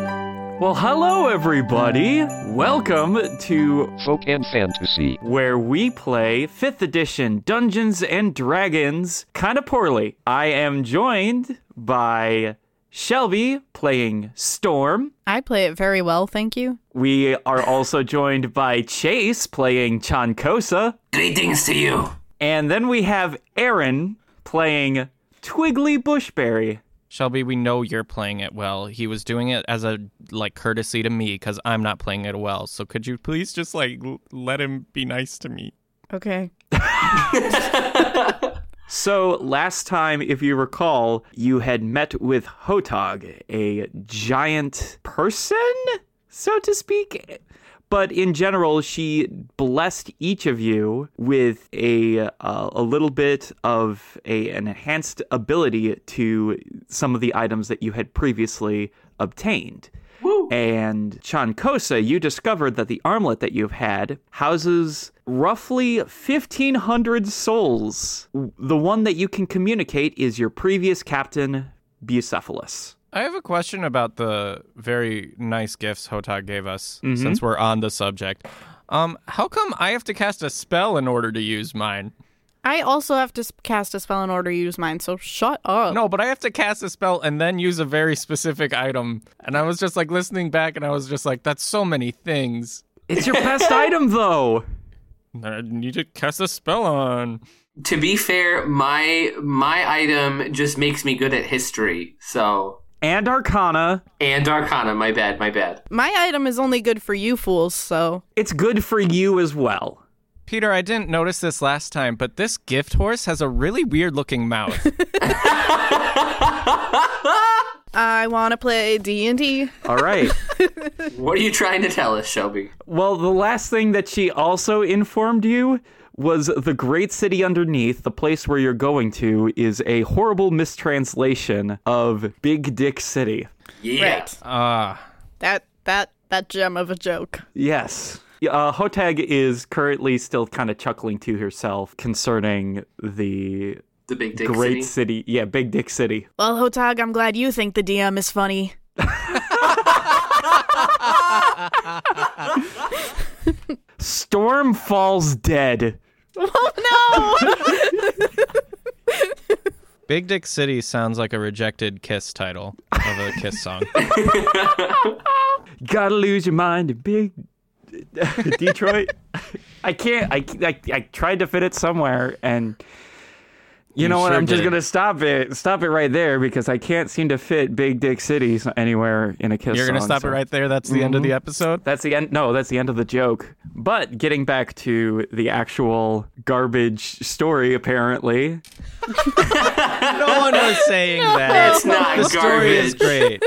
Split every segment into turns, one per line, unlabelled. Well, hello, everybody. Welcome to
Folk and Fantasy.
where we play 5th edition Dungeons and Dragons kind of poorly. I am joined by Shelby playing Storm.
I play it very well, thank you.
We are also joined by Chase playing Chancosa.
Greetings to you.
And then we have Aaron playing Twiggly Bushberry.
Shelby, we know you're playing it well. He was doing it as a like courtesy to me because I'm not playing it well. So could you please just like l- let him be nice to me?
Okay.
So, last time, if you recall, you had met with Hotog, a giant person, so to speak. But in general, she blessed each of you with a uh, a little bit of a, an enhanced ability to some of the items that you had previously obtained. And Chancosa, you discovered that the armlet that you've had houses roughly 1,500 souls. The one that you can communicate is your previous captain, Bucephalus.
I have a question about the very nice gifts Hotag gave us since we're on the subject. Um, how come I have to cast a spell in order to use mine?
I also have to s- cast a spell in order to use mine, so shut up.
No, but I have to cast a spell and then use a very specific item. And I was just like listening back and I was just like, that's so many things
It's your best item, though.
that I need to cast a spell on.
To be fair, my my item just makes me good at history. So
And Arcana.
and Arcana, my bad, my bad.
My item is only good for you fools, so.
It's good for you as well.
Peter, I didn't notice this last time, but this gift horse has a really weird looking mouth.
I want to play D&D.
All right.
What are you trying to tell us, Shelby?
Well, the last thing that she also informed you was the great city underneath, the place where you're going to, is a horrible mistranslation of Big Dick City.
Yeah.
Right.
Ah,
That that that gem of a joke.
Yes. Uh, Hotag is currently still kind of chuckling to herself concerning the
The Big Dick
great
City.
city. Yeah, Big Dick City.
Well, Hotag, I'm glad you think the DM is funny.
Storm falls dead.
Oh no!
Big Dick City sounds like a rejected Kiss title of a Kiss song.
Gotta lose your mind, to Big Detroit. I can't. I, I I tried to fit it somewhere, and you, know what?
sure
I'm just
did.
gonna stop it. Stop it right there because I can't seem to fit Big Dick City s- anywhere in a kiss.
You're gonna
song,
stop
so-
it right there. That's the end of the episode.
That's the end. No, that's the end of the joke. But getting back to the actual garbage story, apparently.
No one was saying that.
It's not
the story is
garbage.
great.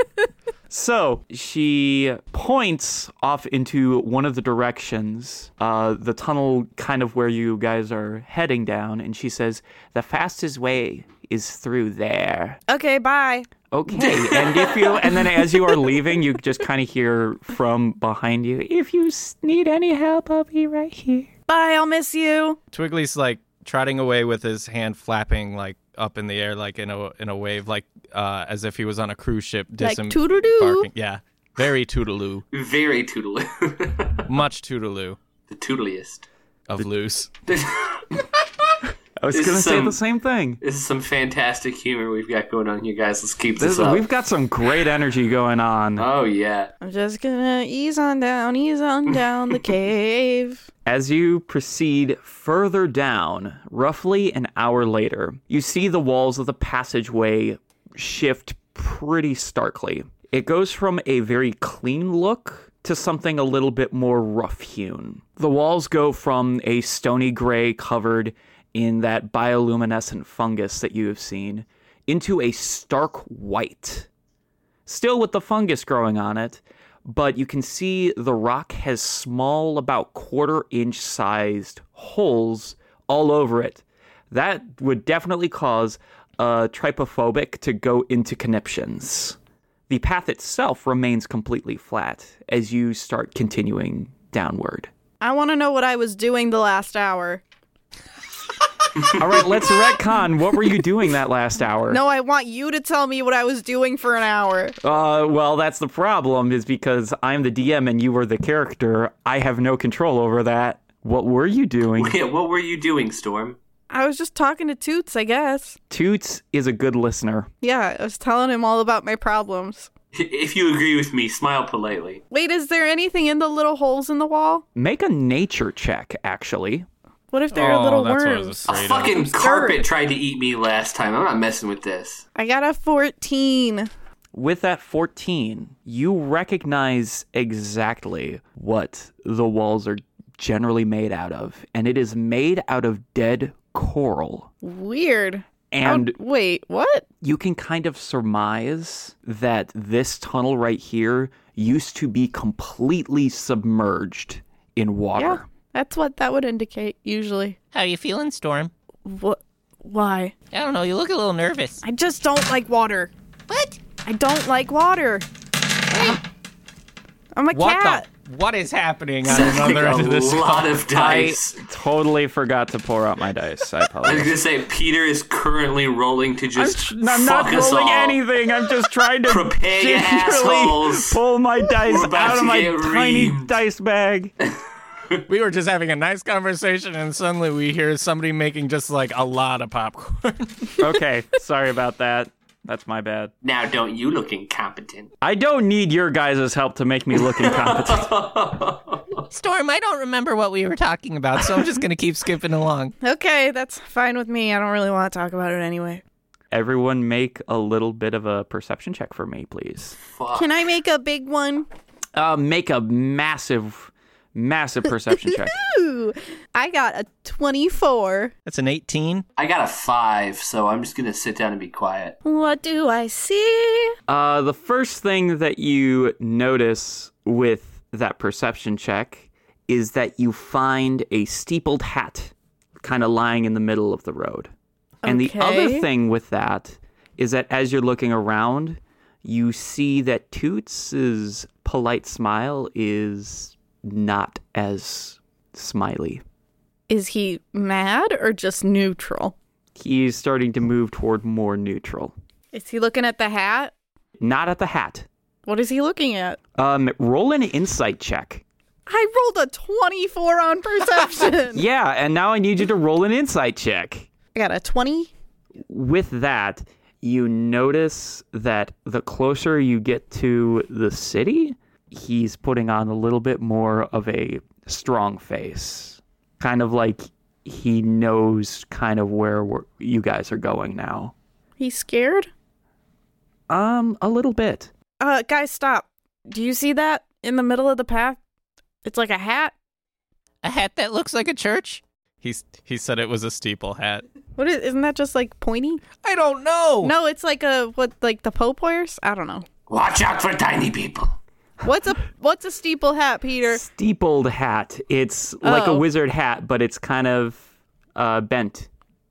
So she points off into one of the directions, uh, the tunnel kind of where you guys are heading down, and she says, The fastest way is through there.
okay, bye.
Okay. and if you, and then as you are leaving, you just kind of hear from behind you, If you s- need any help, I'll be right here.
Bye, I'll miss you.
Twiggly's like trotting away with his hand flapping like up in the air, like in a in a wave, like uh, as if he was on a cruise ship.
Like
disem-
toodaloo.
barking. Yeah, very toodaloo,
Very toodly.
much toodaloo
the toodliest.
of loose.
This
I was
It's
going to say
some-
the same thing.
is some fantastic humor we've got going on here, guys. Let's keep this,
This,
up.
we've got some great energy going on.
Oh yeah.
I'm just gonna ease on down, ease on down the cave.
As you proceed further down, roughly an hour later, you see the walls of the passageway shift pretty starkly. It goes from a very clean look to something a little bit more rough hewn. The walls go from a stony gray covered in that bioluminescent fungus that you have seen into a stark white still with the fungus growing on it, but you can see the rock has small, about quarter inch sized holes all over it. That would definitely cause a trypophobic to go into conniptions. The path itself remains completely flat as you start continuing downward.
I want to know what I was doing the last hour.
All right, let's retcon. What were you doing that last hour?
No, I want you to tell me what I was doing for an hour.
Uh, well, that's the problem, is because I'm the DM and you were the character. I have no control over that. What were you doing?
Yeah, what were you doing, Storm?
I was just talking to Toots, I guess.
Toots is a good listener.
Yeah, I was telling him all about my problems.
If you agree with me, smile politely.
Wait, is there anything in the little holes in the wall?
Make a nature check, actually.
What if there are
Oh,
little
that's what I was
worms?
A
afraid of.
fucking carpet
Absurd.
tried to eat me last time. I'm not messing with this.
I got a 14.
With that 14, you recognize exactly what the walls are generally made out of, and it is made out of dead coral.
Weird.
And
How- wait, what?
you can kind of surmise that this tunnel right here used to be completely submerged in
Yeah,
water.
that's what that would indicate usually.
How you feeling, Storm?
What? Why?
I don't know. You look a little nervous.
I just don't like water.
What?
I don't like water. I'm a
What
cat.
the? What is happening on another end
a
of this?
lot of
I
dice.
totally forgot to pour out my dice. I
I was
apologize.
gonna say Peter is currently rolling to
I'm,
just
tr- I'm
fuck
not
us
rolling
all.
anything. I'm just trying to
Prepare your
gingerly
assholes.
pull my dice
about
out of
to
my
get
tiny
reamed.
dice bag.
We were just having a nice conversation, and suddenly we hear somebody making just like a lot of popcorn.
Okay, sorry about that. That's my bad.
Now, don't you look incompetent?
I don't need your guys' help to make me look incompetent.
Storm, I don't remember what we were talking about, so I'm just gonna keep skipping along.
Okay, that's fine with me. I don't really want to talk about it anyway.
Everyone, make a little bit of a perception check for me, please.
Fuck.
Can I make a big one?
Uh, make a massive, massive perception check.
Ooh, I got a 24.
That's an 18.
I got a five, so I'm just gonna sit down and be quiet.
What do I see?
Uh, the first thing that you notice with that perception check is that you find a steepled hat kind of lying in the middle of the road. And the other
Okay.
thing with that is that as you're looking around, you see that Toots's polite smile is not as smiley.
Is he mad or just neutral?
He's starting to move toward more neutral.
Is he looking at the hat?
Not at the hat.
What is he looking at?
Um, roll an insight check.
I rolled a 24 on perception.
Yeah, and now I need you to roll an insight check.
I got a 20.
With that, you notice that the closer you get to the city, he's putting on a little bit more of a strong face. Kind of like he knows kind of where we're, you guys are going now.
He's scared?
Um, a little bit.
Uh, guys, stop. Do you see that in the middle of the path? It's like a hat.
A hat that looks like a church?
He's he said it was a steeple hat.
What is, isn't that just like pointy?
I don't
Oh.
know.
No, it's like a what like the Pope wears? I don't know.
Watch out for tiny people.
What's a what's a steeple hat, Peter?
Steepled hat. It's like a
Oh.
wizard hat, but it's kind of uh, bent.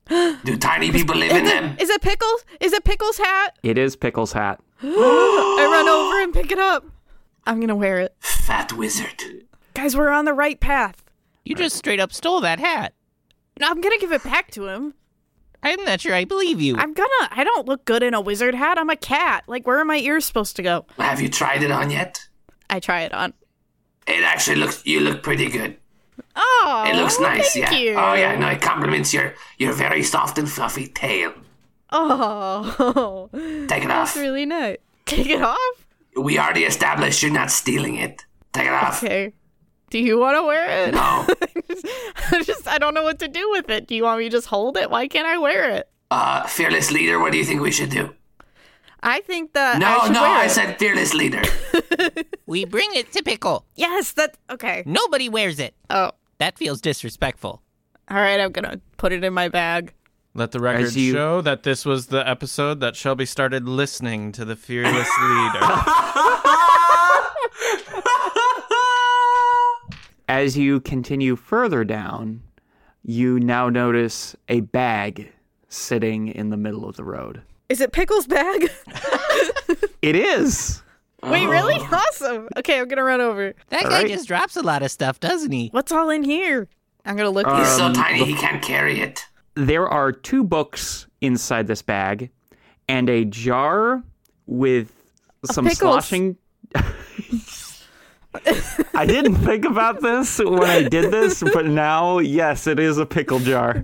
Do tiny people live in them?
Is it pickles? Is it pickles hat?
It is Pickle's hat.
I run over and pick it up. I'm gonna wear it.
Fat wizard.
Guys, we're on the right path.
You just straight up stole that hat.
No, I'm gonna give it back to him.
I'm not sure I believe you.
I'm gonna I don't look good in a wizard hat. I'm a cat. Like where are my ears supposed to go?
Have you tried it on yet?
I try it on.
It actually looks. You look pretty good.
Oh
It looks nice.
thank
yeah.
you.
Oh yeah. No, it compliments your your very soft and fluffy tail.
Oh
Take it off.
it's really nice. Take it off?
We already established you're not stealing it. Take it off.
Okay. Do you wanna wear it?
No.
I just I don't know what to do with it. Do you want me to just hold it? Why can't I wear it?
Uh, fearless leader. What do you think we should do?
I think that I
No,
should
no.
wear
I
it.
said fearless leader.
we bring it to Pickle.
yes. That okay.
Nobody wears it.
Oh,
That feels disrespectful.
all right. I'm gonna put it in my bag.
Let the record
As you-
show that this was the episode that Shelby started listening to the fearless leader.
As you continue further down, you now notice a bag sitting in the middle of the road.
Is it Pickle's bag?
It is.
Wait, really? Awesome. Okay, I'm gonna run over.
Oh. That
All
guy
right.
just drops a lot of stuff, doesn't he?
What's all in here? I'm gonna look.
He's so
Um,
tiny he can't carry it.
there are two books inside this bag and a jar with some
pickles.
sloshing. I didn't think about this when I did this, but now, yes, it is a pickle jar.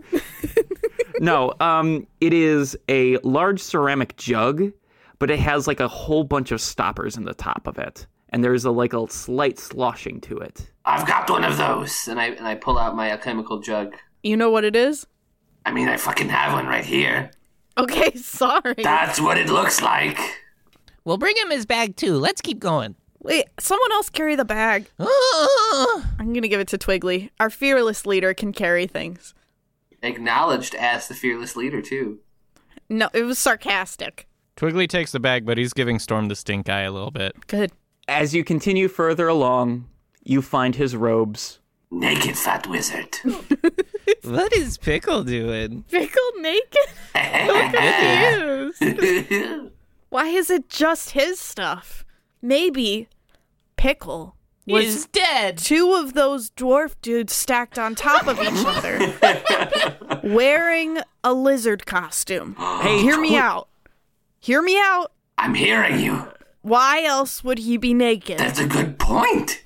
No, um, it is a large ceramic jug, but it has like a whole bunch of stoppers in the top of it, and there's a like a slight sloshing to it.
I've got one of those, and I and I pull out my alchemical jug.
You know what it is?
I mean, I fucking have one right here.
Okay, sorry.
That's what it looks like.
We'll bring him his bag too. Let's keep going.
Wait, someone else carry the bag.
Ah.
I'm gonna give it to Twiggly. Our fearless leader can carry things.
Acknowledged as the fearless leader too.
No, it was sarcastic.
Twiggly takes the bag, but he's giving Storm the stink eye a little bit.
Good.
As you continue further along, you find his robes.
Naked fat wizard.
What is Pickle doing?
Pickle naked? I'm confused. Why is it just his stuff? Maybe Pickle was
He's dead.
two of those dwarf dudes stacked on top of each other wearing a lizard costume.
Hey,
Hear me out. Hear me out.
I'm hearing you.
Why else would he be naked?
That's a good point.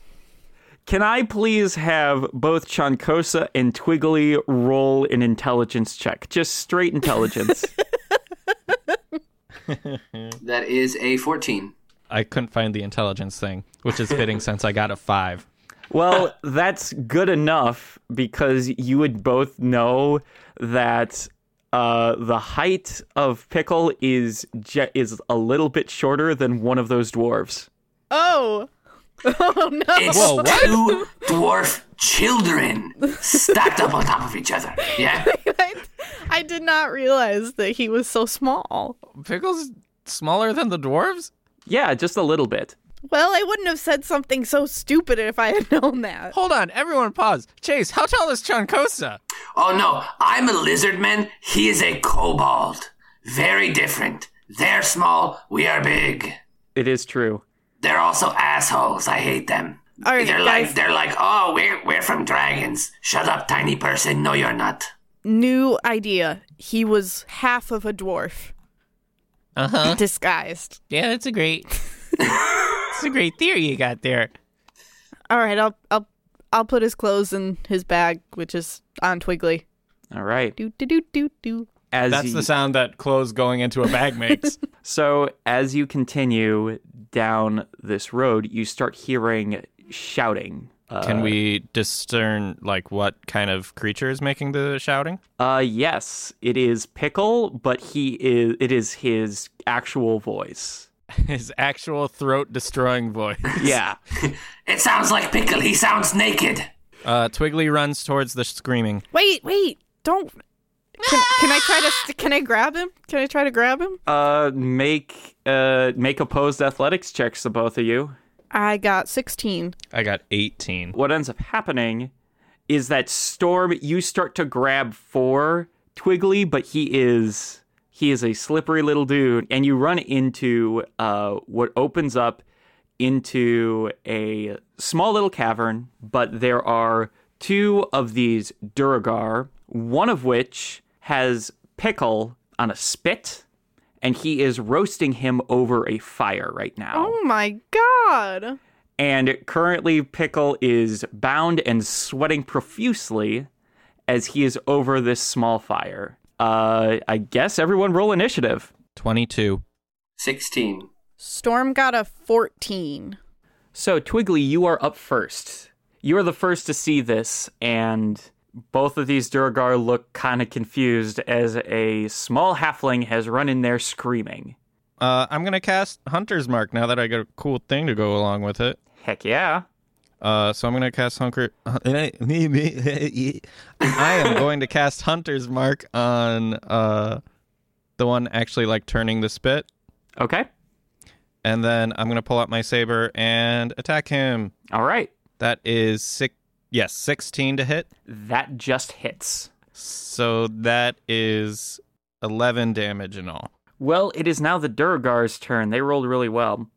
Can I please have both Chancosa and Twiggly roll an intelligence check? Just straight intelligence.
That is a 14.
I couldn't find the intelligence thing, which is fitting since I got a five.
well, that's good enough because you would both know that uh, the height of Pickle is je- is a little bit shorter than one of those dwarves.
Oh. Oh no.
It's two dwarf children stacked up on top of each other. Yeah?
I, I did not realize that he was so small.
Pickle's smaller than the dwarves?
Yeah, just a little bit.
Well, I wouldn't have said something so stupid if I had known that.
Hold on, everyone pause. Chase, how tall is Chancosa?
Oh no, I'm a lizard man. He is a kobold. Very different. They're small, we are big.
It is true.
They're also assholes. I hate them.
All right,
they're
guys.
like they're like, oh, we're we're from dragons. Shut up, tiny person. No, you're not.
New idea. He was half of a dwarf
Uh
Uh-huh.
huh.
disguised.
Yeah, that's a great. It's a great theory you got there.
All right, I'll I'll I'll put his clothes in his bag, which is on Twiggly.
All right.
Do do do do do.
As
That's
you-
the sound that clothes going into a bag makes.
So, as you continue down this road, you start hearing shouting. Uh,
Can we discern like what kind of creature is making the shouting?
Uh, yes, it is Pickle, but he is. It is his actual voice.
His actual throat destroying voice.
Yeah.
It sounds like pickle. He sounds naked.
Uh, Twiggly runs towards the screaming.
Wait, wait. Don't Can, can I try to st- can I grab him? Can I try to grab him?
uh, make uh make opposed athletics checks to both of you.
I got 16.
I got 18.
What ends up happening is that Storm. You start to grab for Twiggly, but he is he is a slippery little dude, and you run into uh what opens up into a small little cavern, but there are two of these Duragar, one of which has Pickle on a spit, and he is roasting him over a fire right now.
Oh my god.
And currently, Pickle is bound and sweating profusely as he is over this small fire. Uh, I guess everyone roll initiative.
22.
Sixteen.
Storm got a 14.
So, Twiggly, you are up first. You are the first to see this, and both of these Durgar look kind of confused as a small halfling has run in there screaming.
Uh, I'm going to cast Hunter's Mark now that I got a cool thing to go along with it.
Heck yeah.
Uh, so I'm going to cast Hunker. I am going to cast Hunter's Mark on uh, the one actually like turning the spit.
Okay.
And then I'm going to pull out my saber and attack him.
All right.
That is six. Yes, 16 to hit.
That just hits.
So that is 11 damage in all.
Well, it is now the Durgar's turn. They rolled really well.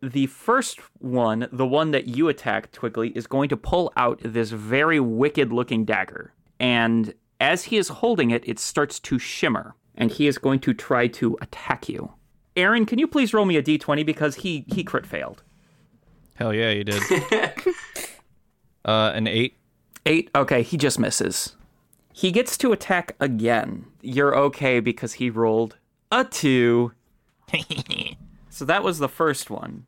The first one, the one that you attacked, Twiggly, is going to pull out this very wicked looking dagger. And As he is holding it, it starts to shimmer, and he is going to try to attack you. Aaron, can you please roll me a d20 because he he crit failed.
Hell yeah, you did. uh, an eight.
Eight. Okay, he just misses. He gets to attack again. You're okay because he rolled a two. so that was the first one.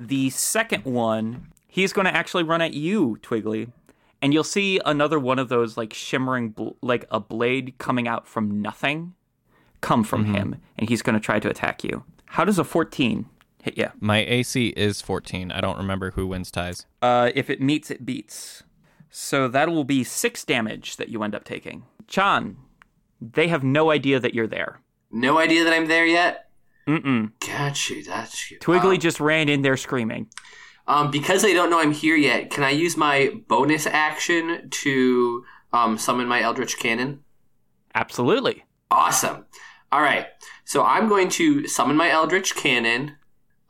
The second one, he's going to actually run at you, Twiggly, and you'll see another one of those like shimmering, bl- like a blade coming out from nothing, come from him, and he's going to try to attack you. How does a 14 hit you?
My AC is 14. I don't remember who wins ties.
Uh, if it meets, it beats. So that will be six damage that you end up taking. Chan, they have no idea that you're there.
No idea that I'm there yet. Mm-mm. Got you. That's you.
Twiggly just ran in there screaming.
Um, because they don't know I'm here yet, can I use my bonus action to um, summon my Eldritch Cannon?
Absolutely.
Awesome. All right. So I'm going to summon my Eldritch Cannon.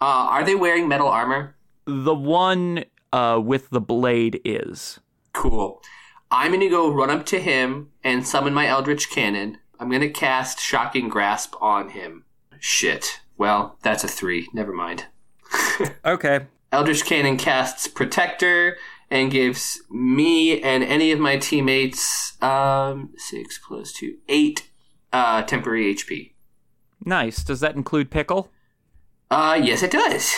Uh, are they wearing metal armor?
The one uh, with the blade is.
Cool. I'm going to go run up to him and summon my Eldritch Cannon. I'm going to cast Shocking Grasp on him. Shit. Well, that's a three. Never mind.
Okay.
Eldritch Cannon casts Protector and gives me and any of my teammates um, six plus two, eight uh, temporary HP.
Nice. Does that include Pickle?
Uh, yes, it does.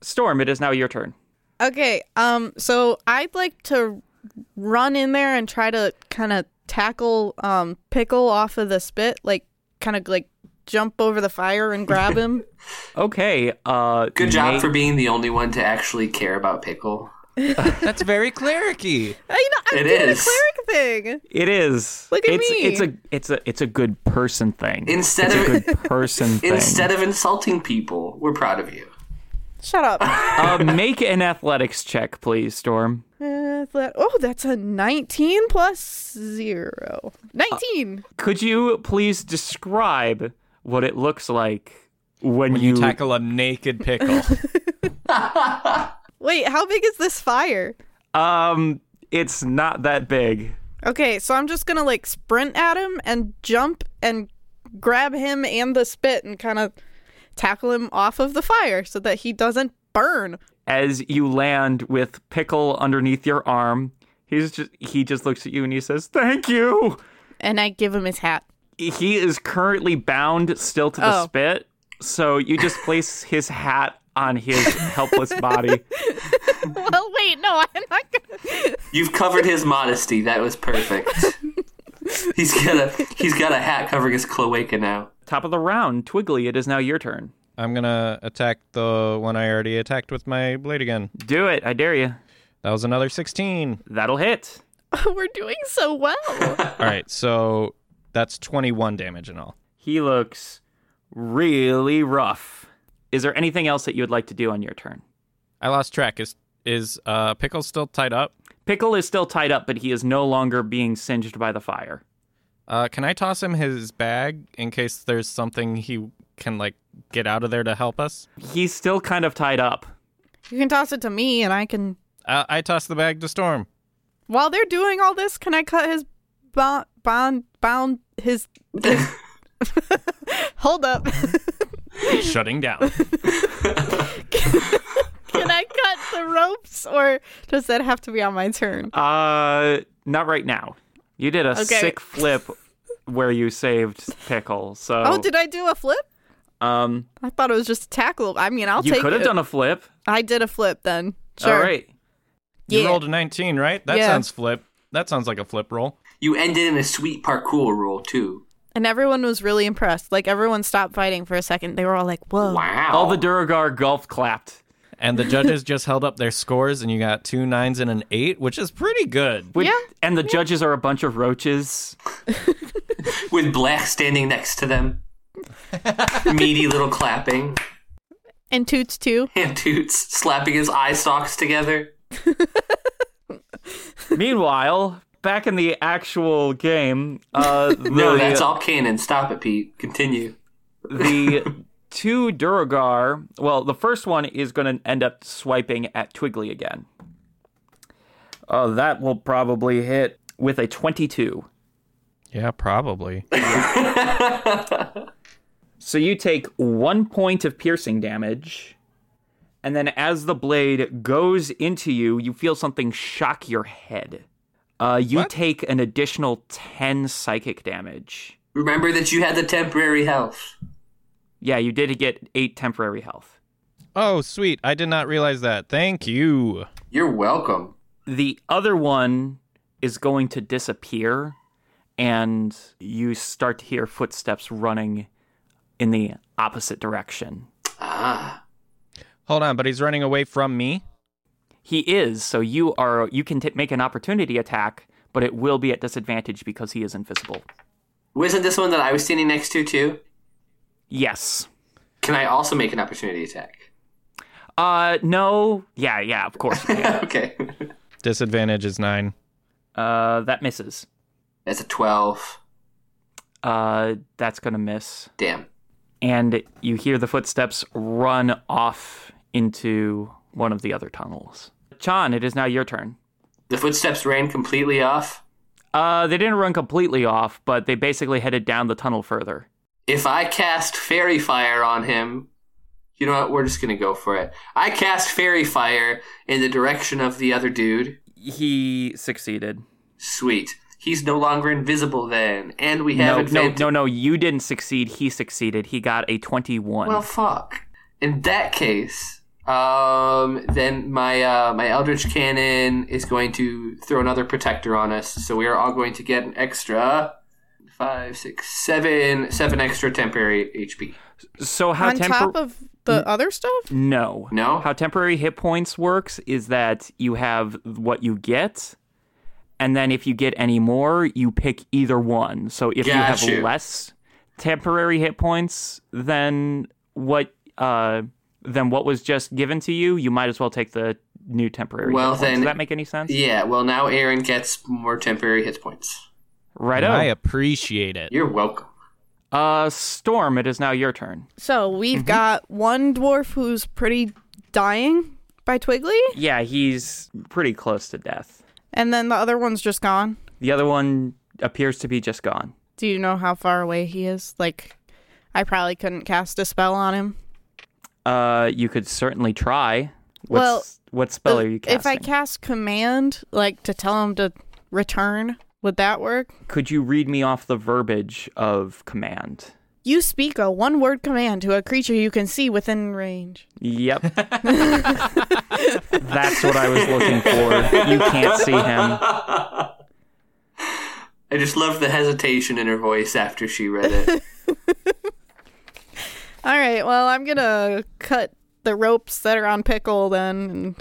Storm, it is now your turn.
Okay, um, so I'd like to run in there and try to kind of tackle um Pickle off of the spit, like kind of like jump over the fire and grab him.
Okay. Uh,
Good job
make-
for being the only one to actually care about Pickle.
That's very clericy.
I, Uh, you know, I'm
It
doing
is.
the cleric thing.
It is.
Look at
it's,
me.
It's a it's a it's a good person thing.
Instead
it's a
of-
good person thing.
Instead of insulting people, we're proud of you.
Shut up.
uh, make an athletics check, please, Storm.
Uh, let- oh, that's a 19 plus
Uh,
0. 19.
Could you please describe what it looks like when,
When you tackle a naked pickle.
Wait, how big is this fire?
Um, it's not that big.
Okay, so I'm just going to like sprint at him and jump and grab him and the spit and kind of tackle him off of the fire so that he doesn't burn.
As you land with pickle underneath your arm, he's just he just looks at you and he says, "Thank you."
And I give him his hat.
He is currently bound still to the
Oh.
spit, so you just place his hat on his helpless body.
well, wait, no, I'm not going to.
You've covered his modesty. That was perfect. he's got a he's got a hat covering his cloaca now.
Top of the round, Twiggly, it is now your turn.
I'm going to attack the one I already attacked with my blade again.
Do it, I dare you.
That was another 16.
That'll hit.
We're doing so well.
All right, so that's 21 damage in all.
He looks really rough. Is there anything else that you would like to do on your turn?
I lost track. Is is uh, pickle still tied up?
Pickle is still tied up, but he is no longer being singed by the fire.
Uh, can I toss him his bag in case there's something he can like get out of there to help us?
He's still kind of tied up.
You can toss it to me and I can.
Uh, I, I toss the bag to Storm.
While they're doing all this, can I cut his bond, bond, bound his. his- Hold up.
Shutting down.
can I cut the ropes or does that have to be on my turn?
Uh, not right now. You did a
Okay.
sick flip where you saved Pickle. So,
Oh, did I do a flip?
um,
I thought it was just a tackle. I mean, I'll
you
take
could have
it.
done a flip.
I did a flip then. Sure.
All right.
You
Yeah.
rolled a 19, right? That
Yeah.
sounds flip. That sounds like a flip roll.
You ended in a sweet parkour roll too.
And everyone was really impressed. Like everyone stopped fighting for a second. They were all like, "Whoa!"
Wow.
All the Duragar golf clapped,
And the judges just held up their scores, and you got two nines and an eight, which is pretty good.
Which-
Yeah.
and the judges are a bunch of roaches.
with Black standing next to them. Meaty little clapping.
And Toots too.
And Toots slapping his eye stalks together.
Meanwhile, back in the actual game, uh, the,
No, that's all canon. Stop it, Pete. Continue.
the two Duragar. Well, the first one is going to end up swiping at Twiggly again. Uh, that will probably hit with a 22.
Yeah, probably.
So you take one point of piercing damage, and then as the blade goes into you, you feel something shock your head. Uh, you take an additional 10 psychic damage.
Remember that you had the temporary health.
Yeah, you did get eight temporary health.
Oh, sweet. I did not realize that. Thank you.
You're welcome.
The other one is going to disappear, and you start to hear footsteps running in the opposite direction.
Ah,
Hold on, but he's running away from me.
He is, so you are you can t- make an opportunity attack, but it will be at disadvantage because he is invisible.
wasn't this one that I was standing next to too?
Yes.
Can I also make an opportunity attack?
Uh no. Yeah, yeah, of course. you can.
okay,
Disadvantage is nine.
uh that misses.
that's a twelve.
Uh that's going to miss.
Damn.
And you hear the footsteps run off into one of the other tunnels. Chan, it is now your turn.
The footsteps ran completely off.
Uh they didn't run completely off, but they basically headed down the tunnel further.
If I cast fairy fire on him, you know what? We're just gonna go for it. I cast fairy fire in the direction of the other dude.
He succeeded.
Sweet. He's no longer invisible then, and we have
No, no,
advantage.
no, no, you didn't succeed. He succeeded. He got a 21.
Well, fuck. In that case, um, then my uh, my Eldritch Cannon is going to throw another protector on us, so we are all going to get an extra five, six, seven, seven extra temporary HP.
so how Mm-hmm.
on
tempor-
top of the other stuff?
No.
No?
How temporary hit points works is that you have what you get, and then if you get any more, you pick either one. So if you have
Got you.
less temporary hit points than what uh than what was just given to you, you might as well take the new temporary. hit
Well,
points.
then-
does that make any sense?
Yeah. Well, now Aaron gets more temporary hit points.
Right
I
up.
appreciate it.
You're welcome.
Uh, Storm, it is now your turn.
So we've
Mm-hmm.
got one dwarf who's pretty dying by Twiggly,
Yeah, he's pretty close to death.
and then the other one's just gone.
The other one appears to be just gone.
Do you know how far away he is? Like, I probably couldn't cast a spell on him.
Uh, you could certainly try. What's,
Well, uh,
what spell are you casting?
If I cast command, like to tell him to return, would that work?
could you read me off the verbiage of command?
You speak a one word command to a creature you can see within range.
Yep. That's what I was looking for. You can't see him.
I just love the hesitation in her voice after she read it.
All right, well, I'm gonna cut the ropes that are on Pickle then. And...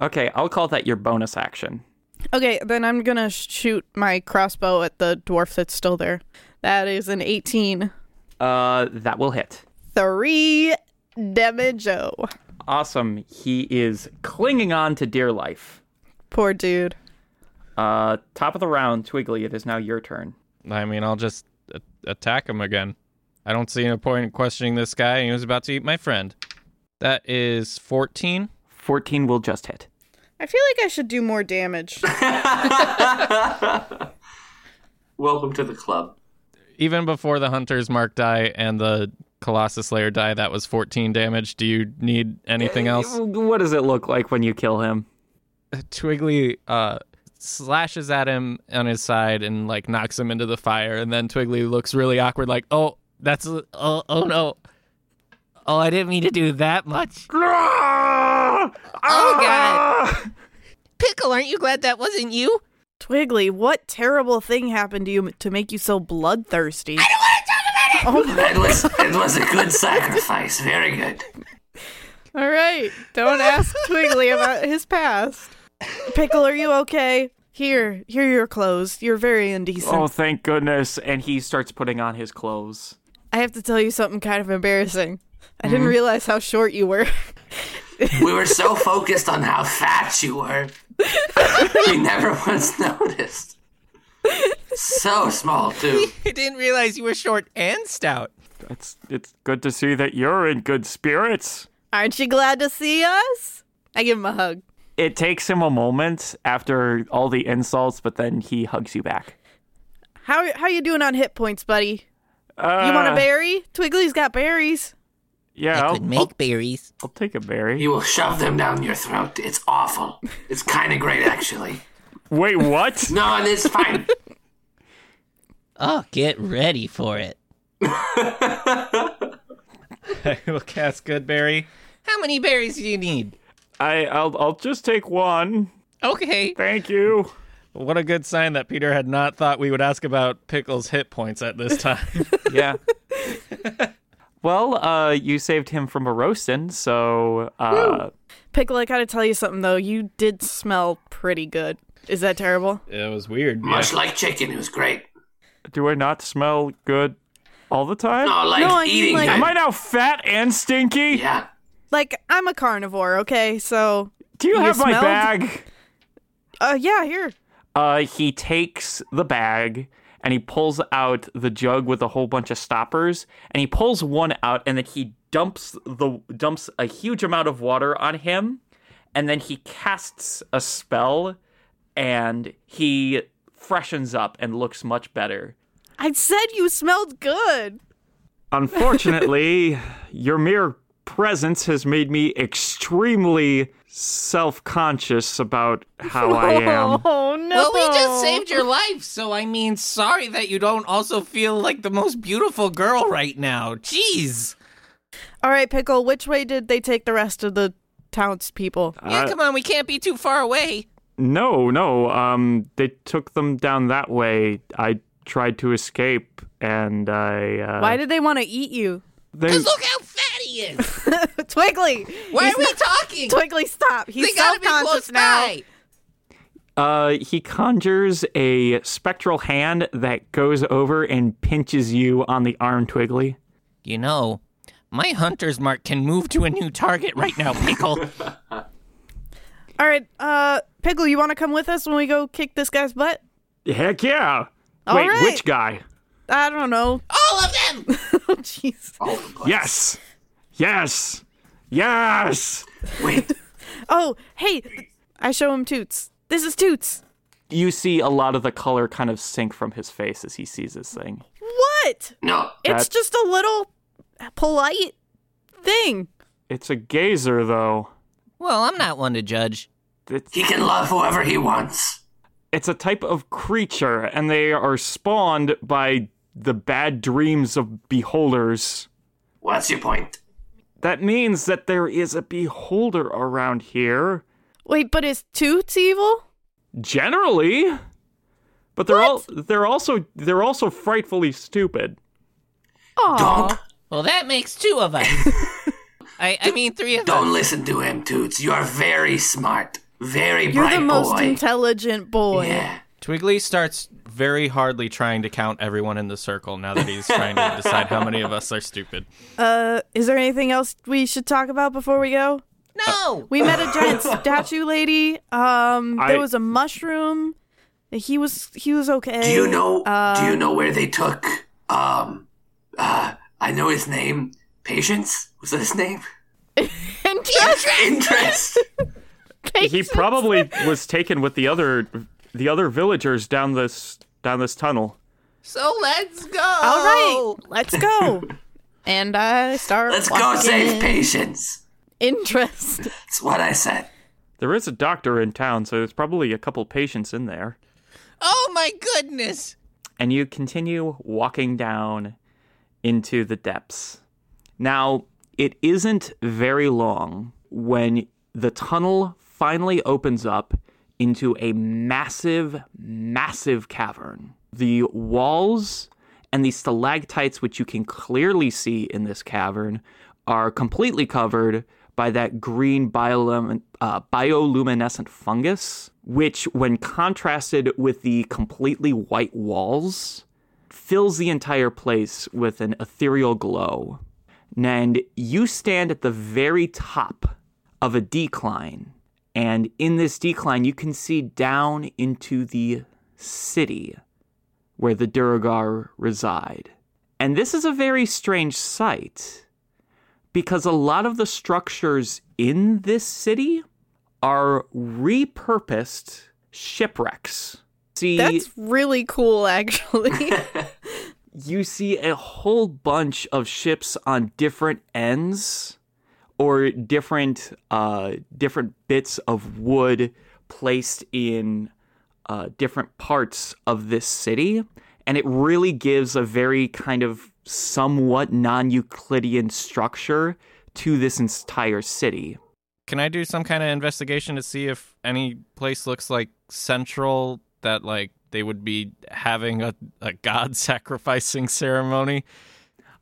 Okay, I'll call that your bonus action.
Okay, then I'm gonna shoot my crossbow at the dwarf that's still there. That is an 18.
Uh, that will hit.
Three damage. Oh,
Awesome. He is clinging on to dear life.
poor dude.
Uh, top of the round, Twiggly. It is now your turn.
I mean, I'll just a- attack him again. I don't see any point in questioning this guy. He was about to eat my friend. That is 14.
Fourteen will just hit.
I feel like I should do more damage.
welcome to the club.
Even before the Hunter's Mark die and the Colossus Slayer die, that was 14 damage. Do you need anything else?
What does it look like when you kill him?
Twiggly uh, slashes at him on his side and like knocks him into the fire. And then Twiggly looks really awkward, like, oh, that's, a- oh, oh no. Oh, I didn't mean to do that much.
Ah!
Oh, God. Pickle, aren't you glad that wasn't you?
Twiggly, what terrible thing happened to you to make you so bloodthirsty?
It was it was a good sacrifice. Very good.
All right. Don't ask Twiggly about his past. Pickle, are you okay? Here, here are your clothes. You're very indecent.
Oh, thank goodness. And he starts putting on his clothes.
I have to tell you something kind of embarrassing. I
Mm-hmm.
didn't realize how short you were.
We were so focused on how fat you were. we never once noticed. So small, too.
I didn't realize you were short and stout.
It's it's good to see that you're in good spirits.
Aren't you glad to see us? I give him a hug.
It takes him a moment after all the insults, but then he hugs you back.
How how you doing on hit points, buddy? You want a
Uh,
berry? Twiggly's got berries.
Yeah,
I
I'll,
could make
I'll,
berries.
I'll take a berry.
You will shove them down your throat. It's awful. It's kind of great, actually.
Wait, what?
No, and it's fine.
Oh, get ready for it.
I will cast Goodberry.
How many berries do you need?
I I'll I'll just take one.
Okay.
Thank you.
What a good sign that Peter had not thought we would ask about Pickle's hit points at this time.
Yeah. well, uh, you saved him from a roasting, so uh,
Pickle, I gotta tell you something though. You did smell pretty good. Is that terrible?
it was weird.
Much like chicken, it was great.
do I not smell good all the time?
No, like
No, I mean,
eating
like-
good.
Am I now fat and stinky?
Yeah.
Like I'm a carnivore, okay? So,
Do you,
You
have my
smelled-
bag?
uh, yeah, here.
Uh, he takes the bag and he pulls out the jug with a whole bunch of stoppers, and he pulls one out, and then he dumps the dumps a huge amount of water on him, and then he casts a spell, and he freshens up and looks much better.
I said you smelled good.
Unfortunately, your mere presence has made me extremely self-conscious about how I am.
Oh no.
Well, we just saved your life, so I mean, sorry that you don't also feel like the most beautiful girl right now. Jeez.
All right, Pickle, which way did they take the rest of the townspeople?
Yeah, come on, we can't be too far away.
No, no. Um, they took them down that way. I tried to escape, and I. Uh,
Why did they want to eat you?
they?
Because look how fat he is.
Twiggly!
Why are we talking?
Twiggly, stop.
they
He's
gotta be
self-conscious
close
now.
by.
Uh, he conjures a spectral hand that goes over and pinches you on the arm, Twiggly.
You know, my hunter's mark can move to a new target right now, Pickle.
All right, uh, Pickle, you want to come with us when we go kick this guy's butt?
Heck yeah!
All
Wait,
right.
which guy?
I don't know.
All of them!
Oh, jeez.
Yes, yes, yes.
Wait.
Oh, hey, th- I show him Toots. This is Toots.
You see a lot of the color kind of sink from his face as he sees this thing.
What?
No.
It's just a little polite thing.
It's a gazer, though.
Well, I'm not one to judge.
It's
He can love whoever he wants.
it's a type of creature, and they are spawned by the bad dreams of beholders.
What's your point?
That means that there is a beholder around here,
Wait, but is Toots evil?
generally. But they're all they're also they're also frightfully stupid.
Aw.
Don't
Well, that makes two of us. I, I mean, three of
don't
us.
listen to him, Toots. You're very smart. Very
You're
bright
the most
boy.
intelligent boy.
yeah.
Twiggly starts very hardly trying to count everyone in the circle now that he's trying to decide how many of us are stupid.
Uh, is there anything else we should talk about before we go?
No!
We met a giant statue lady. Um,
I-
there was a mushroom. He was he was okay.
Do you know do
uh,
you know where they took um uh I know his name. Patience? Was that his name?
And
Interest.
He probably was taken with the other the other villagers down this down this tunnel.
So let's go!
All right, let's go. and I start.
Let's go
walking.
save patience.
Interest.
That's what I said.
There is a doctor in town, so there's probably a couple patients in there.
Oh my goodness!
and you continue walking down into the depths. Now, it isn't very long when the tunnel finally opens up into a massive, massive cavern. The walls and the stalactites, which you can clearly see in this cavern, are completely covered by that green biolum- uh, bioluminescent fungus, which, when contrasted with the completely white walls, fills the entire place with an ethereal glow. And you stand at the very top of a decline. And in this decline, you can see down into the city where the Duergar reside. And this is a very strange sight because a lot of the structures in this city are repurposed shipwrecks. See,
That's really cool, actually.
you see a whole bunch of ships on different ends or different uh, different bits of wood placed in uh, different parts of this city and it really gives a very kind of somewhat non-euclidean structure to this entire city
Can I do some kind of investigation to see if any place looks like central that like they would be having a, a god sacrificing ceremony?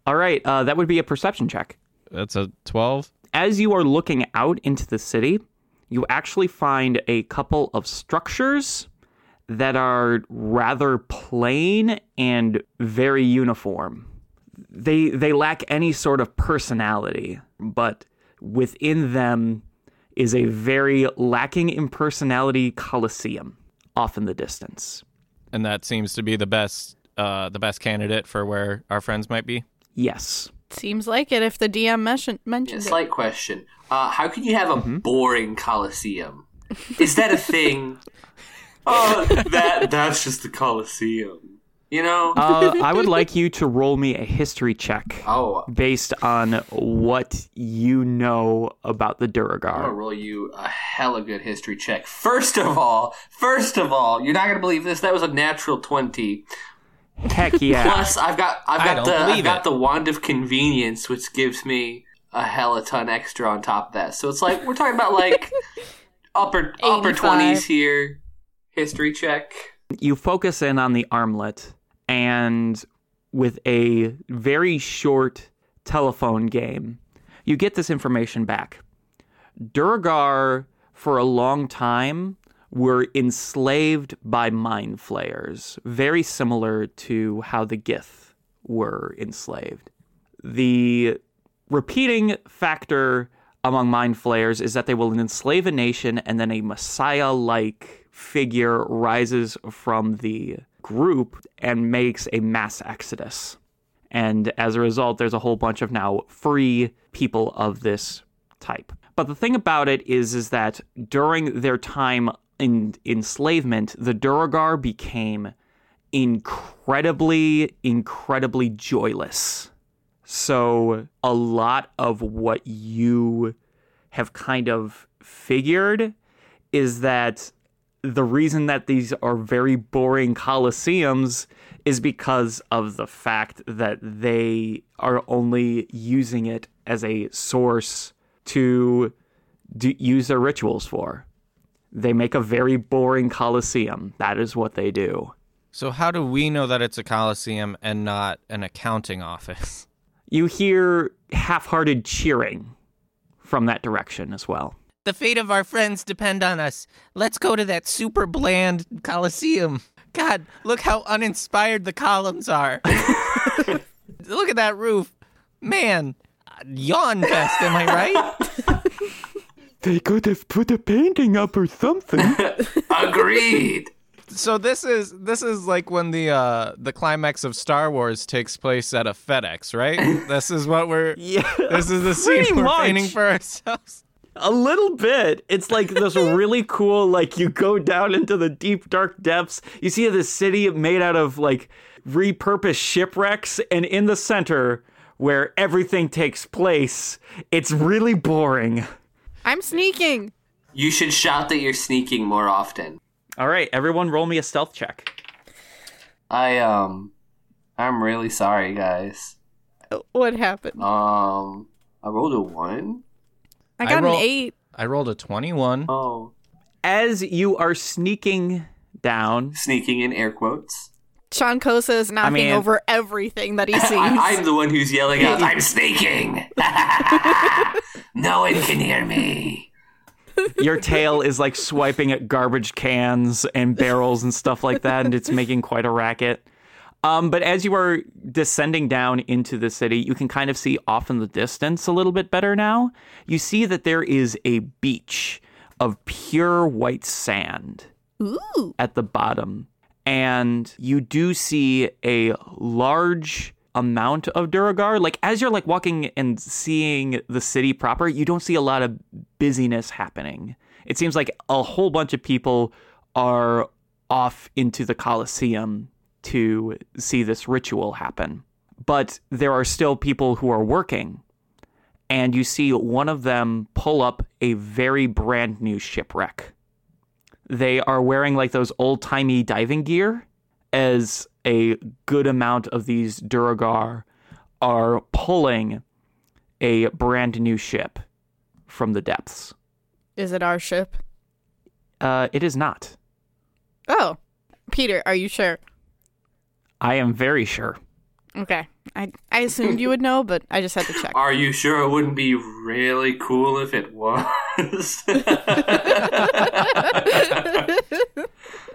all right uh, that would be a perception check
That's a 12.
as you are looking out into the city, you actually find a couple of structures that are rather plain and very uniform. They they lack any sort of personality, but within them is a very lacking in personality coliseum off in the distance.
And that seems to be the best uh the best candidate for where our friends might be.
Yes.
Seems like it if the DM mention-
Yeah,
mentions it.
slight question. Uh, how can you have a boring Colosseum? Is that a thing? oh, that that's just the Colosseum. You know?
Uh, I would like you to roll me a history check
oh,
based on what you know about the
I'm gonna
Duragar.
roll you a hella good history check. First of all, first of all, you're not gonna believe this. That was a natural twenty.
Heck yeah.
Plus, I've got I've
Ah. I
got
don't
the I've
believe
got
it.
the wand of convenience, which gives me a hella ton extra on top of that. So it's like we're talking about like upper upper
85.
twenties here. History check.
you focus in on the armlet, and with a very short telephone game, you get this information back. Durgar, for a long time, were enslaved by mind flayers, very similar to how the Gith were enslaved. The repeating factor among mind flayers is that they will enslave a nation and then a messiah like figure rises from the group and makes a mass exodus. And as a result, there's a whole bunch of now free people of this type. But the thing about it is, is that during their time in enslavement, the Duragar became incredibly, incredibly joyless. So a lot of what you have kind of figured is that the reason that these are very boring coliseums is because of the fact that they are only using it as a source to do, use their rituals for. They make a very boring coliseum. That is what they do.
So how do we know that it's a coliseum and not an accounting office?
You hear half-hearted cheering from that direction as well.
The fate of our friends depend on us. Let's go to that super bland Colosseum. God, look how uninspired the columns are. look at that roof. Man, yawn fest, am I right?
They could have put a painting up or something.
Agreed.
So this is this is like when the uh the climax of Star Wars takes place at a FedEx, right? this is what we're
yeah,
This is the
Pretty
scene we're
much.
painting for ourselves.
a little bit. It's like this really cool, like you go down into the deep, dark depths. You see this city made out of like repurposed shipwrecks, and in the center where everything takes place, it's really boring.
I'm sneaking.
You should shout that you're sneaking more often.
All right, everyone, roll me a stealth check.
I um, I'm really sorry, guys.
What happened?
Um, I rolled a one.
I
I
got
roll-
an eight.
I rolled a 21.
Oh,
As you are sneaking down,
sneaking in air quotes.
Sean Cosa is knocking
mean-
over everything that he sees.
I, I'm the one who's yelling out, I'm sneaking! no one can hear me.
your tail is like swiping at garbage cans and barrels and stuff like that, and it's making quite a racket. Um, but as you are descending down into the city, you can kind of see off in the distance a little bit better now. You see that there is a beach of pure white sand
Ooh.
at the bottom. And you do see a large amount of Duragar. Like as you're like walking and seeing the city proper, you don't see a lot of busyness happening. It seems like a whole bunch of people are off into the Colosseum to see this ritual happen. But there are still people who are working, and you see one of them pull up a very brand new shipwreck. They are wearing like those old timey diving gear, as a good amount of these Duragar are pulling a brand new ship from the depths.
Is it our ship?
Uh, it is not.
Oh, Peter, are you sure?
I am very sure.
Okay, I I assumed you would know, but I just had to check.
Are you sure it wouldn't be really cool if it was?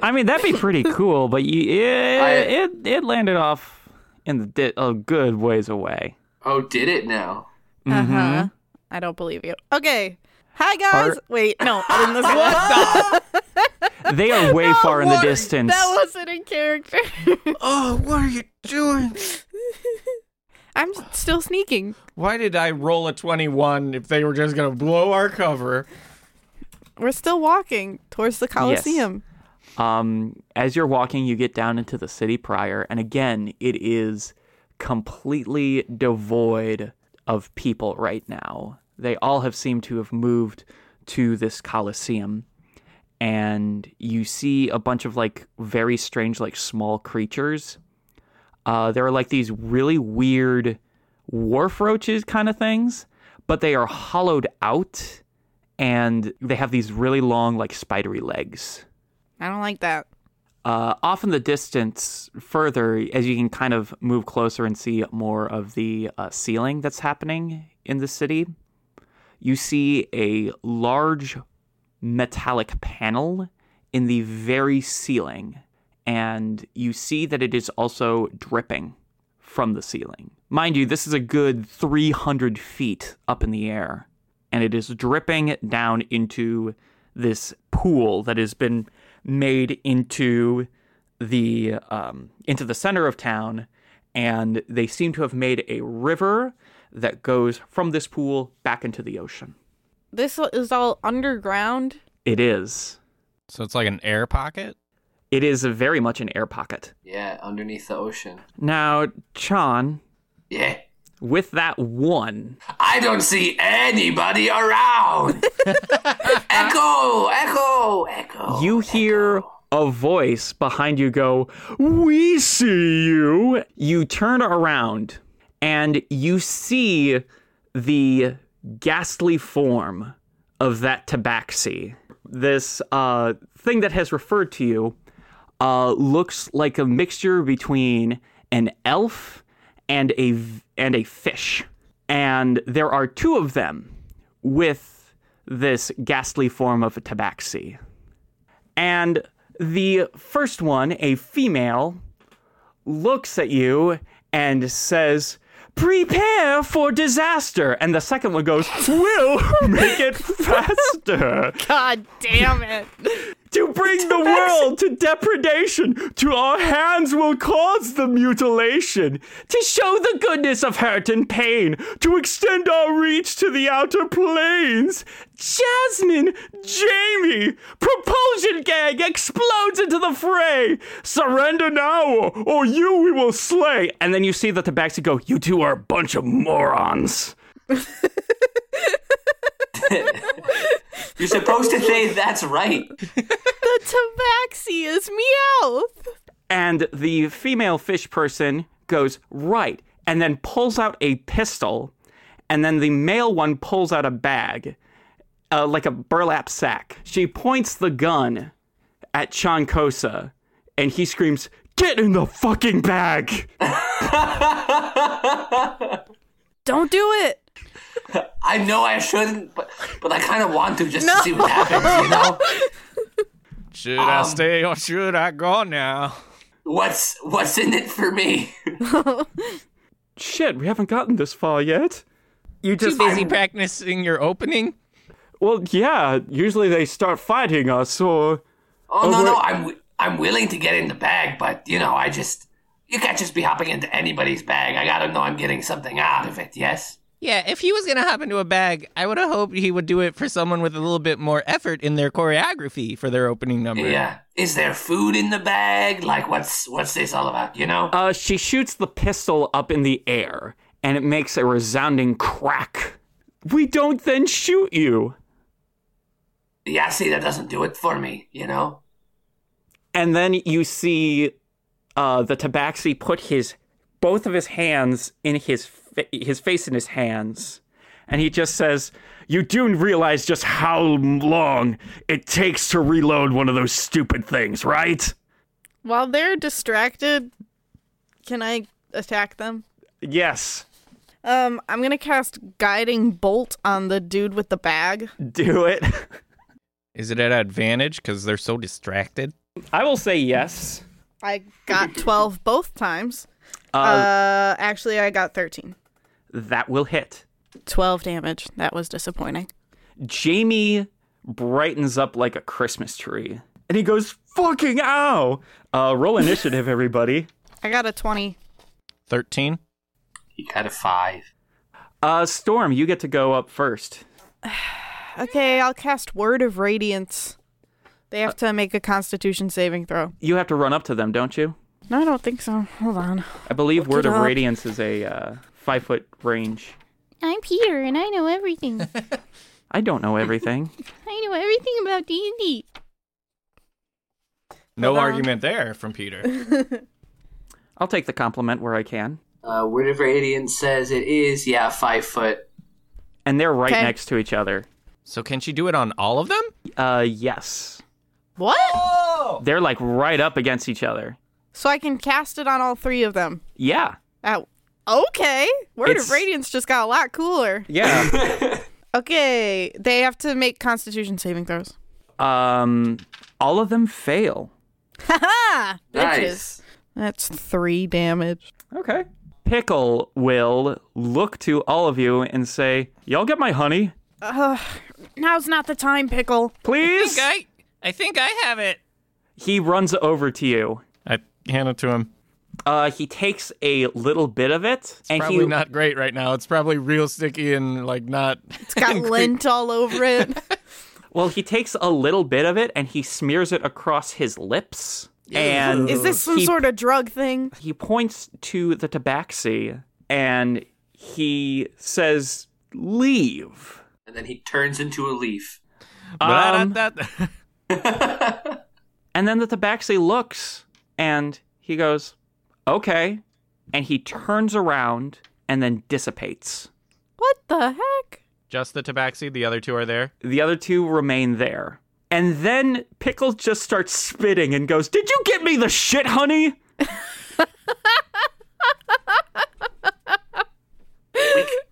I mean, that'd be pretty cool, but you, it,
I-
it it landed off in the di- a good ways away.
oh, did it now?
Mm-hmm.
Uh huh. I don't believe you. Okay. Hi guys.
Are-
Wait, no, I didn't listen. what
They are way far in the
Warren,
distance.
That wasn't in character.
Oh, what are you doing?
I'm still sneaking.
Why did I roll a 21 if they were just going to blow our cover?
We're still walking towards the Coliseum.
Um, as you're walking, you get down into the city prior, and again, it is completely devoid of people right now. They all have seemed to have moved to this coliseum, and you see a bunch of like very strange, like small creatures. Uh, there are like these really weird wharf roaches kind of things, but they are hollowed out, and they have these really long, like spidery legs.
I don't like that.
Uh, off in the distance, further, as you can kind of move closer and see more of the uh, ceiling that's happening in the city, you see a large metallic panel in the very ceiling. And you see that it is also dripping from the ceiling. Mind you, this is a good 300 feet up in the air. And it is dripping down into this pool that has been made into the um, into the center of town, and they seem to have made a river that goes from this pool back into the ocean.
This is all underground.
It is.
So it's like an air pocket?
It is very much an air pocket.
Yeah, underneath the ocean.
Now, Chan,
Yeah.
with that one,
I don't see anybody around. echo, echo, Oh, echo.
you hear a voice behind you go, We see you. You turn around and you see the ghastly form of that tabaxi. This uh, thing that has referred to you uh, looks like a mixture between an elf and a and a fish, and there are two of them with this ghastly form of a tabaxi. And the first one, a female, looks at you and says, Prepare for disaster. And the second one goes, We'll make it faster
God damn it.
to bring the world to depredation. To our hands will cause the mutilation. To show the goodness of hurt and pain. To extend our reach to the outer planes. Jasmine, Jamie, propulsion gang explodes into the fray. Surrender now, or, or you we will slay. And then you see the tabaxi go, You two are a bunch of morons.
You're supposed to say that's right.
the tabaxi is Meowth.
and the female fish person goes right and then pulls out a pistol and then the male one pulls out a bag uh, like a burlap sack she points the gun at chankosa and he screams get in the fucking bag
Don't do it.
I know I shouldn't, but but I kind of want to just to see what happens. You know,
Should I stay or should I go now?
what's what's in it for me?
shit we haven't gotten this far yet you
Too busy practicing your opening?
well yeah usually they start fighting us or
Oh no,
wait.
no, I'm wi- I'm willing to get in the bag, but you know, I just you can't just be hopping into anybody's bag. I gotta know I'm getting something out of it. Yes.
Yeah, if he was gonna hop into a bag, I would have hoped he would do it for someone with a little bit more effort in their choreography for their opening number.
Yeah. Is there food in the bag? Like, what's what's this all about? You know?
Uh, she shoots the pistol up in the air, and it makes a resounding crack. We don't then shoot you.
yeah, see, that doesn't do it for me. You know?
and then you see uh, the tabaxi put his both of his hands in his fa- his face in his hands, and he just says, "You do realize just how long it takes to reload one of those stupid things, right?"
While they're distracted, can I attack them?
Yes,
Um, I'm gonna cast guiding bolt on the dude with the bag.
do it.
Is it at advantage because they're so distracted?
I will say yes.
I got 12 both times.
Uh,
Uh, actually, I got 13.
that will hit.
12 damage. That was disappointing.
Jamie brightens up like a Christmas tree, and he goes, "Fucking ow!" Uh, roll initiative, everybody.
I got a 20.
Thirteen.
He got a five.
Uh, Storm, you get to go up first.
Okay, I'll cast Word of Radiance. They have to make a constitution saving throw.
You have to run up to them, don't you?
No, I don't think so. Hold on.
I believe Word of
up.
Radiance is a uh, five foot range.
I'm Peter, and I know everything.
I don't know everything.
I know everything about D&D.
No
Hold on.
argument there from Peter.
I'll take the compliment where I can.
Uh, Word of Radiance says it is, yeah, five foot.
And they're right
Okay.
next to each other.
so can she do it on all of them?
Uh, yes.
What?
Oh!
They're like right up against each other.
So I can cast it on all three of them.
Yeah.
Ow. Okay. Word
It's-
of Radiance just got a lot cooler.
Yeah.
Okay, they have to make constitution saving throws.
um, all of them fail.
Haha! Bitches.
Nice.
That's 3 damage.
Okay. Pickle will look to all of you and say, Y'all get my honey,
Ugh, now's not the time, Pickle.
please.
I, I think I have it.
He runs over to you.
I hand it to him.
Uh, he takes a little bit of it and
Probably
he
not great right now. It's probably real sticky and like not.
It's got lint all over it.
Well, he takes a little bit of it and he smears it across his lips. And
Is this some
he,
sort of drug thing?
He points to the tabaxi and he says, "Leave."
And then he turns into a leaf.
Um,
Ba-da-da-da.
and then the tabaxi looks and he goes, "Okay," and he turns around and then dissipates.
What the heck?
Just the tabaxi. The other two are there.
The other two remain there. And then Pickle just starts spitting and goes, Did you get me the shit, honey?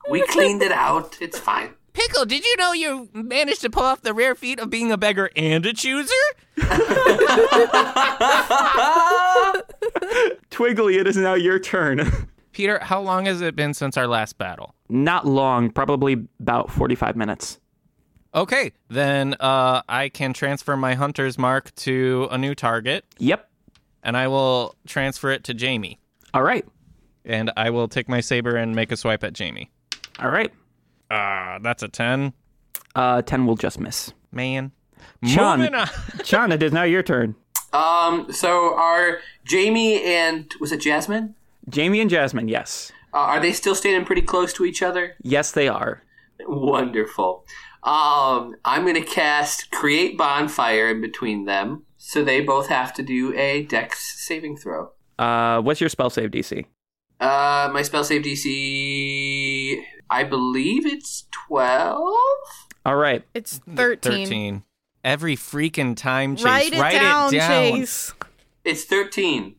We cleaned it out. It's fine.
Pickle, did you know you managed to pull off the rare feat of being a beggar and a chooser?
Twiggly, it is now your turn.
Peter, how long has it been since our last battle?
not long, probably about 45 minutes.
Okay, then uh, I can transfer my hunter's mark to a new target,
Yep.
and I will transfer it to Jamie.
All right.
And I will take my saber and make a swipe at Jamie.
All right.
Ah, that's a 10.
Uh, 10 will just miss.
Man.
Chun.
Moving on.
Sean, it is now your turn.
Um, so are Jamie and was it Jasmine?
Jamie and Jasmine, yes.
Uh, are they still standing pretty close to each other?
Yes, they are.
Wonderful. Um, I'm gonna cast create bonfire in between them, so they both have to do a Dex saving throw.
Uh, what's your spell save DC?
Uh, my spell save DC, I believe it's twelve.
All right.
It's 13.
13. Every freaking time, Chase.
Write, it, down, Chase.
It's thirteen.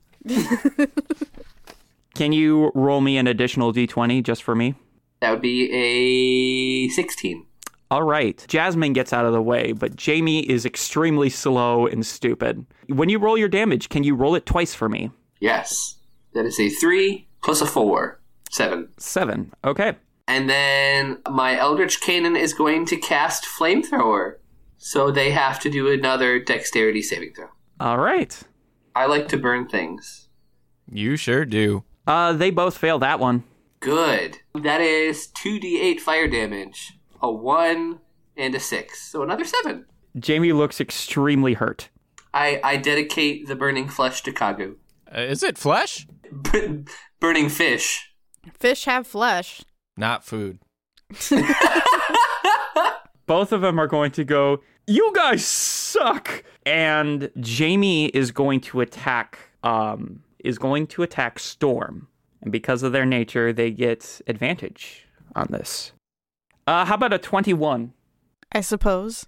Can you roll me an additional d20 just for me?
That would be a sixteen.
All right. Jasmine gets out of the way, but Jamie is extremely slow and stupid. When you roll your damage, can you roll it twice for me?
Yes, that is a three plus a four, seven.
Seven. Okay.
And then my Eldritch Cannon is going to cast Flamethrower. So they have to do another dexterity saving throw.
All right.
I like to burn things.
You sure do.
Uh, they both fail that one.
Good. That is 2d8 fire damage. A 1 and a 6. So another 7.
Jamie looks extremely hurt.
I, I dedicate the burning flesh to Kagu.
Uh, is it flesh?
Bur- burning fish.
Fish have flesh.
Not food.
both of them are going to go, You guys suck. And Jamie is going to attack um is going to attack Storm. And because of their nature, they get advantage on this. Uh how about a 21?
I suppose.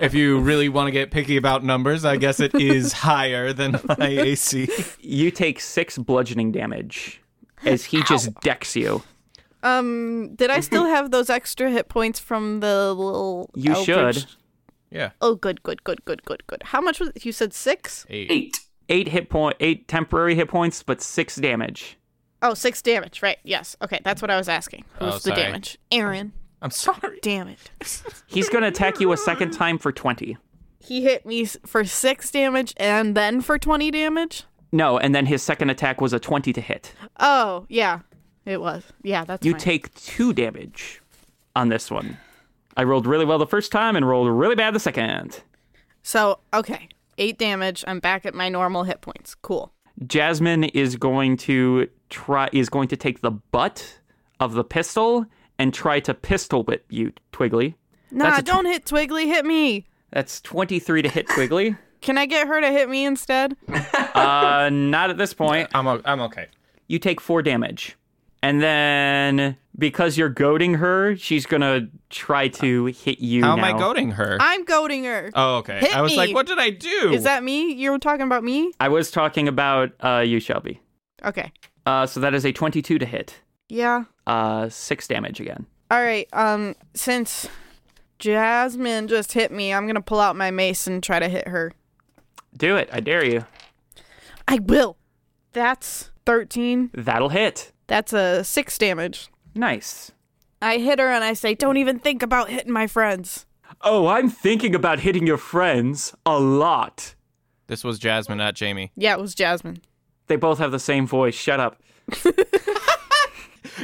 If you really want to get picky about numbers, I guess it is higher than my AC.
You take 6 bludgeoning damage as he just decks you.
Um, did I still have those extra hit points from the little?
You
Eldritch-
should.
Yeah.
Oh, good, good, good, good, good, good. How much was? You said six?
8.
8 hit point 8 temporary hit points but 6 damage.
Oh, six damage. Right. Yes. Okay, that's what I was asking. Who's the
Oh, sorry.
damage? Aaron.
I'm sorry.
Damn it.
He's going to attack you a second time for 20.
He hit me s- for six damage and then for twenty damage.
No, and then his second attack was a 20 to hit.
Oh, yeah. It was. Yeah, that's
You
fine.
take two damage on this one. I rolled really well the first time and rolled really bad the second.
so okay, eight damage. I'm back at my normal hit points. Cool.
Jasmine is going to try is going to take the butt of the pistol and try to pistol whip you, Twiggly.
Nah,
a tw-
don't hit Twiggly. Hit me.
That's 23 to hit Twiggly.
Can I get her to hit me instead?
uh not at this point.
I'm, o- I'm okay.
You take 4 damage. And then because you're goading her, she's going to try to hit you
How am
now.
I goading her?
I'm goading her.
oh, okay.
Hit
I was
me.
like, what did I do?
Is that me? You were talking about me?
I was talking about uh you Shelby.
Okay.
Uh so that is a 22 to hit.
Yeah.
uh six damage again.
All right. Um, since Jasmine just hit me, I'm gonna pull out my mace and try to hit her.
Do it, I dare you.
I will. That's thirteen.
That'll hit.
That's a six damage.
Nice.
I hit her and I say, "Don't even think about hitting my friends."
Oh, I'm thinking about hitting your friends a lot.
This was Jasmine, not Jamie.
Yeah, it was Jasmine.
They both have the same voice. Shut up.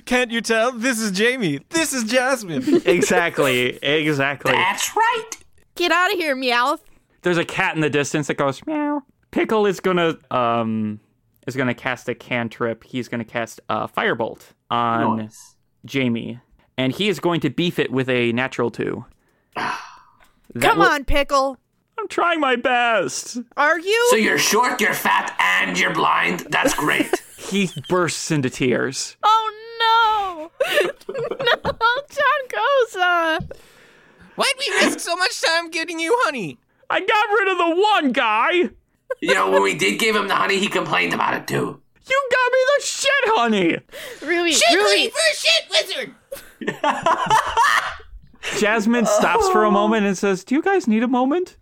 Can't you tell? This is Jamie. This is Jasmine.
Exactly. exactly.
That's right.
Get out of here, Meowth.
There's a cat in the distance that goes meow. Pickle is gonna um is gonna cast a cantrip. He's gonna cast a firebolt on
Nice.
Jamie, and he is going to beef it with a natural two. That
Come
will-
on, Pickle.
I'm trying my best.
Are you?
So you're short, you're fat, and you're blind. That's great.
He bursts into tears.
oh no! no, John Goza.
Why'd we risk so much time getting you honey?
I got rid of the one guy. You
you know, when we did give him the honey, he complained about it too.
got me the shit, honey.
Ruby, Ruby,
Jasmine stops for a moment and says, "Do you guys need a moment?"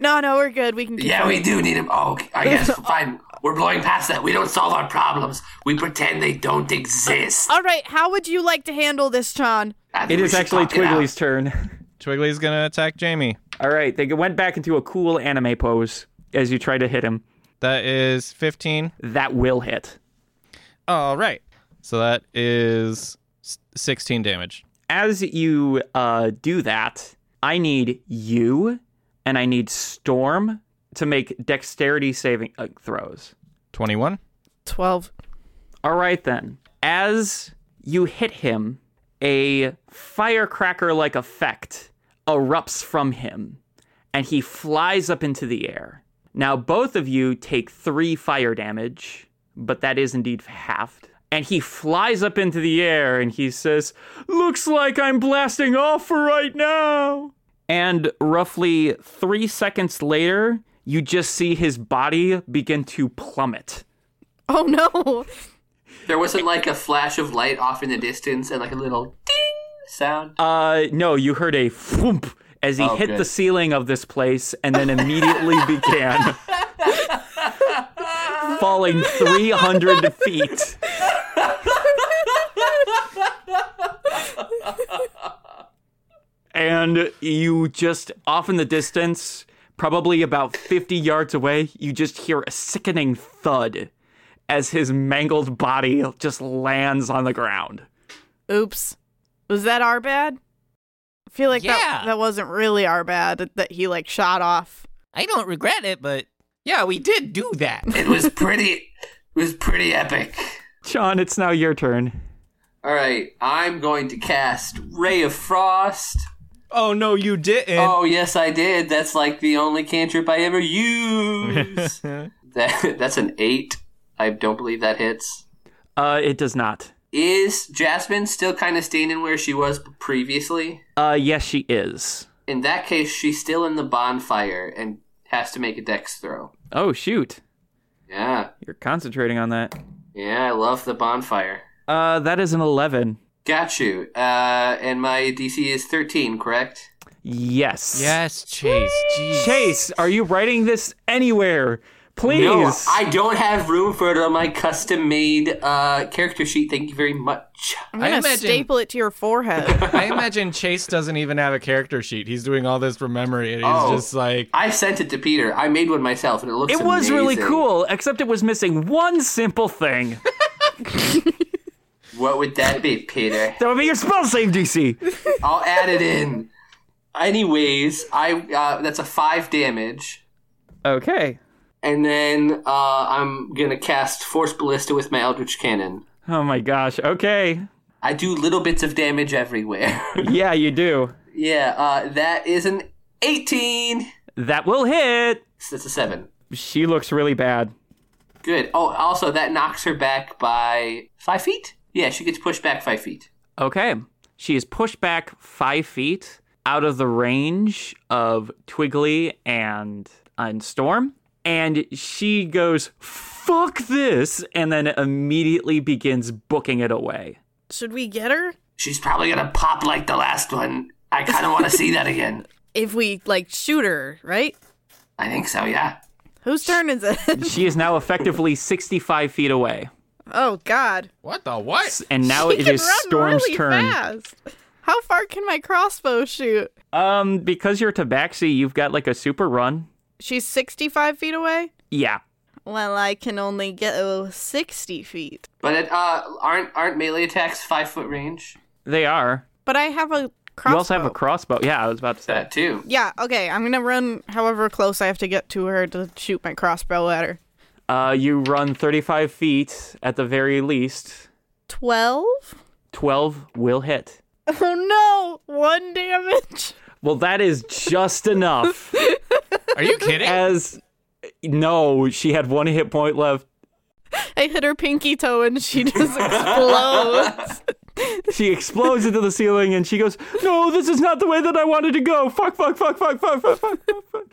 No, no, we're good. We can. Keep
Yeah, we do need him. Oh, okay. I guess fine. We're blowing past that. We don't solve our problems. We pretend they don't exist.
All right. How would you like to handle this, John?
I think
It
we
is
should
actually
talk it out.
Twiggly's turn.
Twiggly's going to attack Jamie.
All right, they went back into a cool anime pose as you try to hit him.
That is 15.
That will hit.
All right. So that is s- 16 damage.
As you uh, do that, I need you and I need Storm to make dexterity saving uh, throws.
21.
Twelve.
All right, then. As you hit him, a firecracker like effect erupts from him and he flies up into the air. Now, both of you take three fire damage, but that is indeed halved. And he flies up into the air and he says, Looks like I'm blasting off for right now. And roughly three seconds later, you just see his body begin to plummet.
Oh no!
There wasn't like a flash of light off in the distance and like a little ding sound.
Uh, no, you heard a thump as he
Oh,
hit
good.
the ceiling of this place and then immediately began falling 300 feet. and you just, off in the distance, probably about 50 yards away, you just hear a sickening thud as his mangled body just lands on the ground.
Oops. Was that our bad? I feel like that
Yeah.
that wasn't really our bad that- that he like shot off.
I don't regret it, but yeah, we did do that.
It was pretty. it was pretty epic.
Sean, it's now your turn.
All right, I'm going to cast Ray of Frost.
Oh no, you didn't.
oh yes, I did. That's like the only cantrip I ever use. that, that's an eight. I don't believe that hits.
Uh, it does not.
Is Jasmine still kind of standing where she was previously?
Uh, yes, she is.
In that case, she's still in the bonfire and has to make a dex throw.
Oh shoot,
Yeah,
you're concentrating on that.
yeah, I love the bonfire.
Uh, that is an eleven.
Got you. Uh, and my DC is 13, correct?
Yes.
yes, Chase. Jeez.
Chase, are you writing this anywhere? Please.
No, I don't have room for it on my custom made uh, character sheet. Thank you very much.
I'm
I
gonna
imagine-
staple it to your forehead.
I imagine Chase doesn't even have a character sheet. He's doing all this from memory, and he's
Oh.
just like,
I sent it to Peter. I made one myself, and it looks
it was really
amazing.
cool, except it was missing one simple thing.
What would that be, Peter?
that would be your spell save DC.
I'll add it in. Anyways, I uh, that's a five damage,
Okay.
and then uh, I'm gonna cast Force Ballista with my Eldritch Cannon.
Oh my gosh. Okay.
I do little bits of damage everywhere.
Yeah, you do.
yeah, uh, that is an 18.
That will hit.
So that's a seven.
She looks really bad.
Good. Oh, also that knocks her back by five feet. Yeah, she gets pushed back five feet.
Okay. She is pushed back five feet out of the range of Twiggly and, and Storm. And she goes, fuck this, and then immediately begins booking it away.
Should we get her?
She's probably gonna pop like the last one. I kind of want to see that again.
If we like shoot her, right?
I think so. Yeah.
Whose turn is it?
She is now effectively 65 feet away.
oh God!
what the what?
And now
She
it
can
is
run
Storm's
really
turn.
Fast. How far can my crossbow shoot?
Um, because you're Tabaxi, you've got like a super run.
She's sixty-five feet away.
Yeah.
Well, I can only get oh, sixty feet,
But it, uh, aren't aren't melee attacks five foot range?
They are.
but I have a crossbow.
You also have a crossbow. Yeah, I was about to say.
That too.
Yeah, okay. I'm gonna run however close I have to get to her to shoot my crossbow at her.
Uh, you run 35 feet at the very least.
Twelve?
12 will hit.
Oh no! One damage.
Well, that is just enough.
Are you kidding?
As no, she had one hit point left.
I hit her pinky toe and she just explodes.
She explodes into the ceiling and she goes, No, this is not the way that I wanted to go. Fuck, fuck, fuck, fuck, fuck, fuck, fuck, fuck, fuck.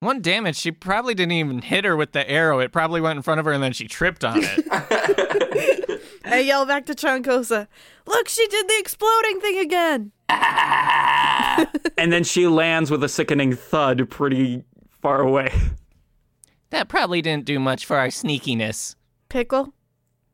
One damage. She probably didn't even hit her with the arrow. It probably went in front of her, and then she tripped on it.
I yell back to Trancosa, Look, she did the exploding thing again.
And then she lands with a sickening thud pretty far away.
That probably didn't do much for our sneakiness.
Pickle,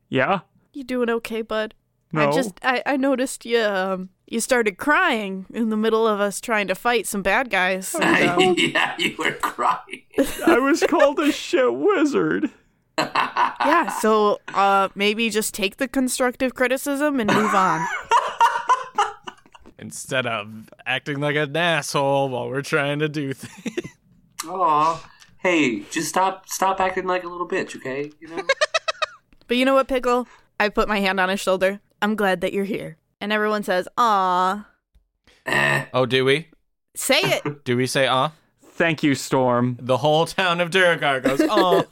Yeah?
you doing okay, bud?
No.
I just I, I noticed you um you started crying in the middle of us trying to fight some bad guys. So,
yeah, you were crying.
I was called a shit wizard.
yeah, so uh maybe just take the constructive criticism and move on.
Instead of acting like an asshole while we're trying to do things.
Aw. Hey, just stop stop acting like a little bitch, okay? You know.
But you know what, Pickle? I put my hand on his shoulder. I'm glad that you're here. And everyone says, Aw.
Eh.
Oh, do we?
Say it.
Do we say ah?
Thank you, Storm.
The whole town of Duragar goes oh,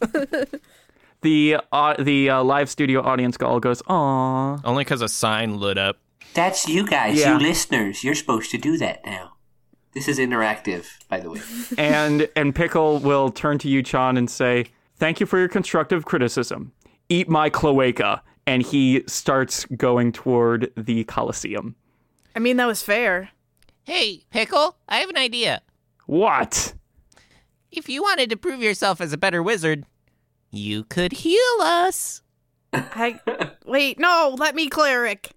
The uh, the uh, live studio audience all goes, "Aw."
only because a sign lit up.
That's you guys,
Yeah.
you listeners. You're supposed to do that now. This is interactive, by the way.
and and Pickle will turn to you, Chan, and say, "Thank you for your constructive criticism. Eat my cloaca." And he starts going toward the Colosseum.
I mean, that was fair.
Hey, Pickle, I have an idea.
What?
If you wanted to prove yourself as a better wizard, you could heal us.
I wait, no, let me cleric.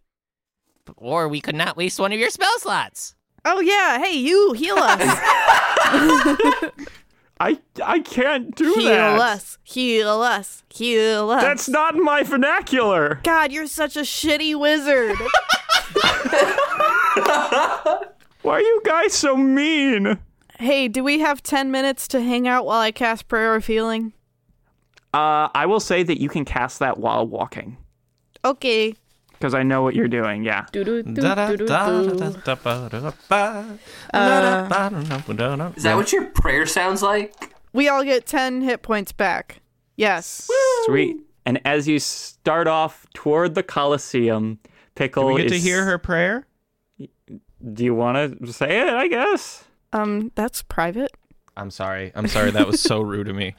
Or we could not waste one of your spell slots.
Oh yeah, hey you, heal us.
I I can't do
Heal
that.
us. Heal us. Heal us.
That's not in my vernacular.
God, you're such a shitty wizard.
Why are you guys so mean? Uh,
hey, do we have 10 minutes to hang out while I cast Prayer of Healing?
Uh, I will say that you can cast that while walking
Okay.
because I know what you're doing. Yeah.
Uh,
Is that what your prayer sounds like?
We all get 10 hit points back. Yes.
Sweet. And as you start off toward the Colosseum, Pickle
we get to
is-
hear her prayer?
Do you want to say it? I guess.
Um, that's private.
I'm sorry. I'm sorry. That was so rude of me.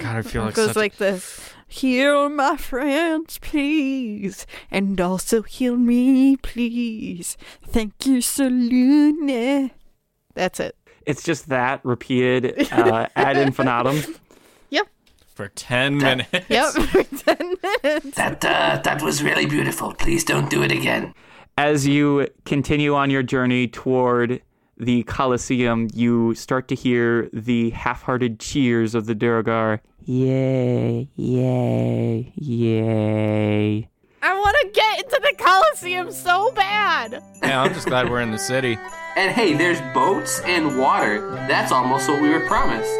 God, I feel like
it goes
Oh, such
like this Heal my friends, please, and also heal me, please. Thank you, Salune. That's it.
It's just that repeated uh, ad infinitum.
for 10 minutes.
Yep, for 10 minutes.
That uh, that was really beautiful. Please don't do it again.
As you continue on your journey toward the Colosseum, you start to hear the half-hearted cheers of the Duergar. Yay! Yay! Yay!
I want to get into the Coliseum so bad.
Yeah, I'm just glad we're in the city.
And hey, there's boats and water. That's almost what we were promised.